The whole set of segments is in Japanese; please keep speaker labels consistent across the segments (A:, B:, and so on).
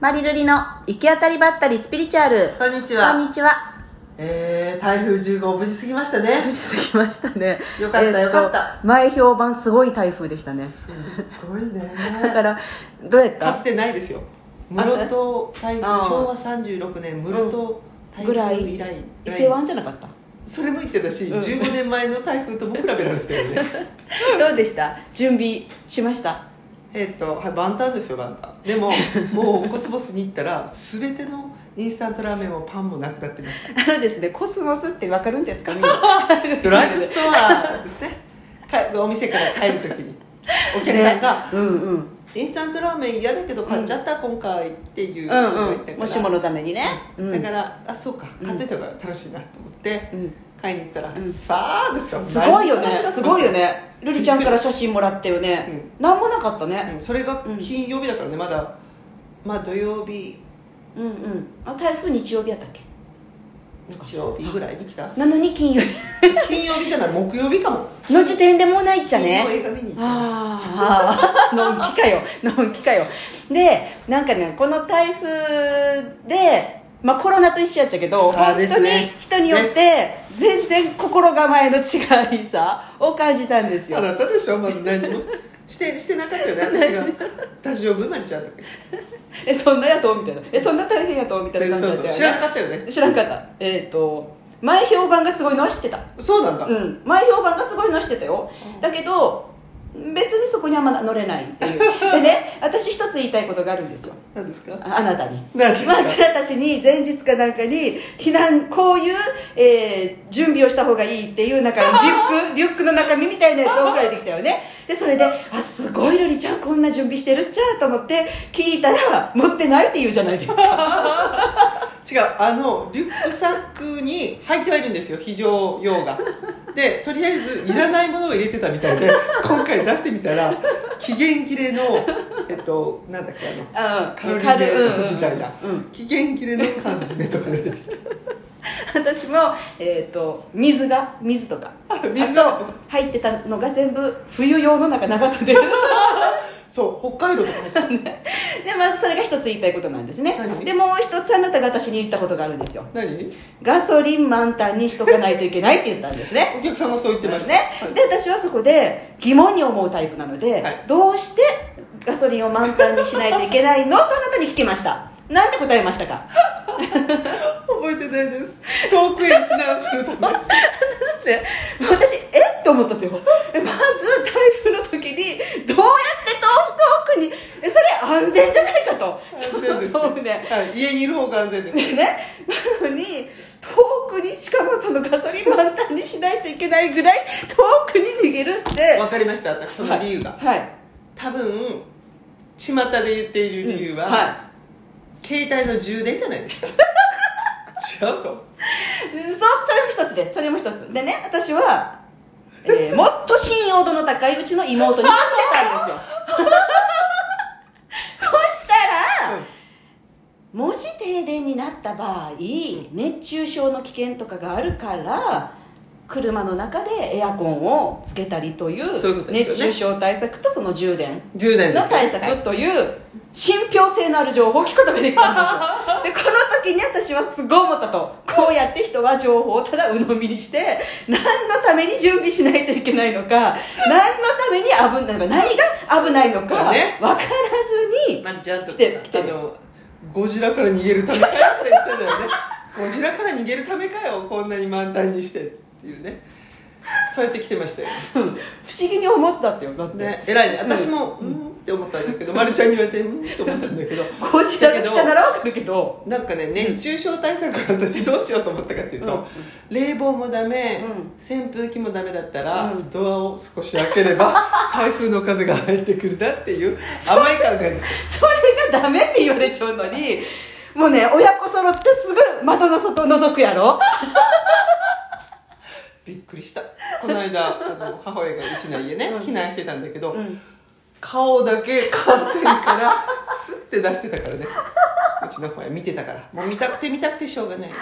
A: マリルリの行き当たりばったりスピリチュアル。
B: こんにち
A: こん
B: は。
A: にちは。
B: えー、台風10号無事過ぎましたね
A: 無。事すぎましたね。
B: よかった
A: えー
B: よかった。
A: 前評判すごい台風でした ね。
B: すっごいね。
A: だから、どうやっ
B: かつ
A: た
B: てないですよ。室戸台風
A: あー
B: 昭和36年室戸台
A: ぐら
B: 風
A: い
B: 以来。
A: 伊勢湾じゃなかった
B: それも言ってたし、
A: うん
B: 15年前の台風とも比べられてたよね
A: どうでした準備しました。
B: えっと、はい、万端ですよ万端でももうコスモスに行ったら全てのインスタントラーメンもパンもなくなって まし
A: あのですね、コスモスってわかるんですかね
B: た ドラッグストアですねかお店から帰る時にお客さんが、
A: ねうんうん。
B: インスタントラーメン嫌だけど買っちゃった、今回っていう
A: う
B: の
A: ん
B: 言ったか
A: う
B: ら
A: ん。もしものためにね。うん
B: だからあそうか買っといた方が楽しいなと思って、
A: うん
B: 買いに行ったら、
A: ん
B: さあですよ
A: すごいよ
B: 何
A: ね
B: もなくなってました
A: すごいよね瑠璃ちゃんから写真もらったよね、なん、何もなかったね、
B: うんそれが
A: うん
B: 金曜日だからねまだまあ土曜日
A: うん、うんあ台風日曜日やったっけ
B: 日曜日ぐらいに来た
A: なのに金曜
B: 金曜日じゃない木曜日かも
A: 日の時点でもうないっちゃね
B: 金曜映画見に行った
A: あーあーのんき かよのんきかよでなんかねこの台風でまあコロナと一緒やっちゃけど
B: あー
A: 本
B: で
A: 当
B: す
A: に
B: ね
A: 人によって全然心構えの違いさを感じたんです
B: あ
A: よ
B: なたでしょまず何もしてしてなかったよね私 が「ラジオぶまりちゃん」とか言って
A: えそんなやとみたいなえそんな大変やとみたいな感じ
B: そ
A: だ
B: う
A: ったよね
B: そう知らなかったよね
A: 知らんかったえっ、と前評判がすごいのは知ってた
B: そうなんだ、
A: うん前評判がすごいのは知ってたよだけど別にそこにあんま乗れないっていう でね私一つ言いたいことがあるんですよ
B: なんですか
A: ああなたに
B: 何ですか
A: まず私に前日かなんかに避難こういう、えー準備をした方がいいっていう 中にリュックリュックの中身みたいなやつを送られてきたよねでそれで「あすごい瑠璃ちゃんこんな準備してるっちゃ」と思って聞いたら「持ってない」って言うじゃないです か
B: 違うあのリュックサックに入ってはいるんですよ非常用 がでとりあえずいらないものを入れてたみたいで今回出してみたら期限切れのえっとなんだっけあの
A: あ
B: カロリーメイトみたいな、
A: うんうんうん
B: 期限切れの缶詰とか出てきた
A: 私も、えー、と水が水とか
B: あ水
A: あと入ってたのが全部冬用の中長袖 で
B: そう北海道とか入って た
A: まあそれが一つ言いたいことなんですね
B: 何
A: でもう一つあなたが私に言ったことがあるんですよ
B: 何
A: ガソリン満タンにしとかないといけないって言ったんですね
B: お客さんがそう言ってました、
A: ねで私はそこで疑問に思うタイプなので、
B: はい
A: どうしてガソリンを満タンにしないといけないのとあなたに聞きましたなんて答えましたか
B: はい、覚えてないです遠くへ避難 するその
A: って私えっと思ったとよえまず台風の時にどうやって遠くにえそれ安全じゃないかと
B: 安全です、
A: その遠くで
B: はい、家にいる方が安全です
A: ねなのに遠くにしかもそのガソリン満タンにしないといけないぐらい遠くに逃げるって
B: わかりました私その理由が、
A: はい、はい
B: 多分巷で言っている理由は、
A: は
B: 携帯の充電じゃないで すか違うと
A: い、うんそうそれも一つですそれも一つでね私は、えーもっと信用度の高いうちの妹に言ってたんですよそしたら、もし停電になった場合熱中症の危険とかがあるから車の中でエアコンをつけたりという
B: そういうことですよね
A: 熱中症対策とその充電
B: 充電で
A: の
B: すよ
A: 対
B: はい
A: 策という信憑性のある情報を聞くことができた んですよでこの時に私はすごい思ったとこうやって人は情報をただ鵜呑みにして何のために準備しないといけないのか何のために危ないのか何が危ないのか
B: そうね
A: 分からずに
B: マリちゃんと
A: 来てる来て
B: あ
A: る
B: のゴジラから逃げるためかよって言ったんだよねゴジラから逃げるためかよこんなに満タンにしてっていうねそうやって来てましたよ
A: うん不思議に思ったってよだって、
B: ね偉いね私もうんって思ったんだけど、マリちゃんに言われてうんって思ったんだけど
A: こちらが来たならわかるけど
B: なんかね熱中症対策は私どうしようと思ったかっていうと、
A: うん
B: 冷房もダメ、扇風機もダメだったら、ドアを少し開けれ ば台風の風が入ってくるなっていう甘い考えです
A: それがダメって言われちゃうのにもうね親子揃ってすぐ窓の外覗くや ろ
B: びっくりしたこの間あの母親がうちの家ね避難してたんだけど、顔だけカーテンからスッて出してたからねうちの母親見てたからもう見たくて見たくてしょうがない
A: さ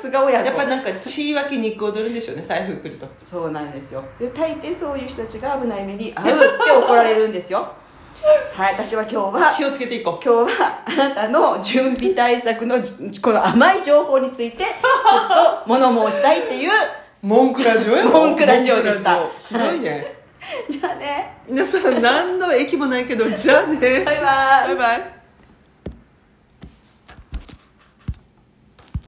A: すが親子
B: やっぱなんか血分け肉踊るんでしょうね台風来ると
A: そうなんですよで大抵そういう人たちが危ない目に遭うって怒られるんですよ はい私は今日は
B: 気をつけていこう
A: 今日はあなたの準備対策のじこの甘い情報についてちょっと物申したいっていう
B: 文句ラジオやろ
A: 文句ラジオでした
B: 文句ラジオひどいね
A: じゃあね
B: 皆さん何の駅もないけどじゃあね
A: バイバイ
B: バイバイ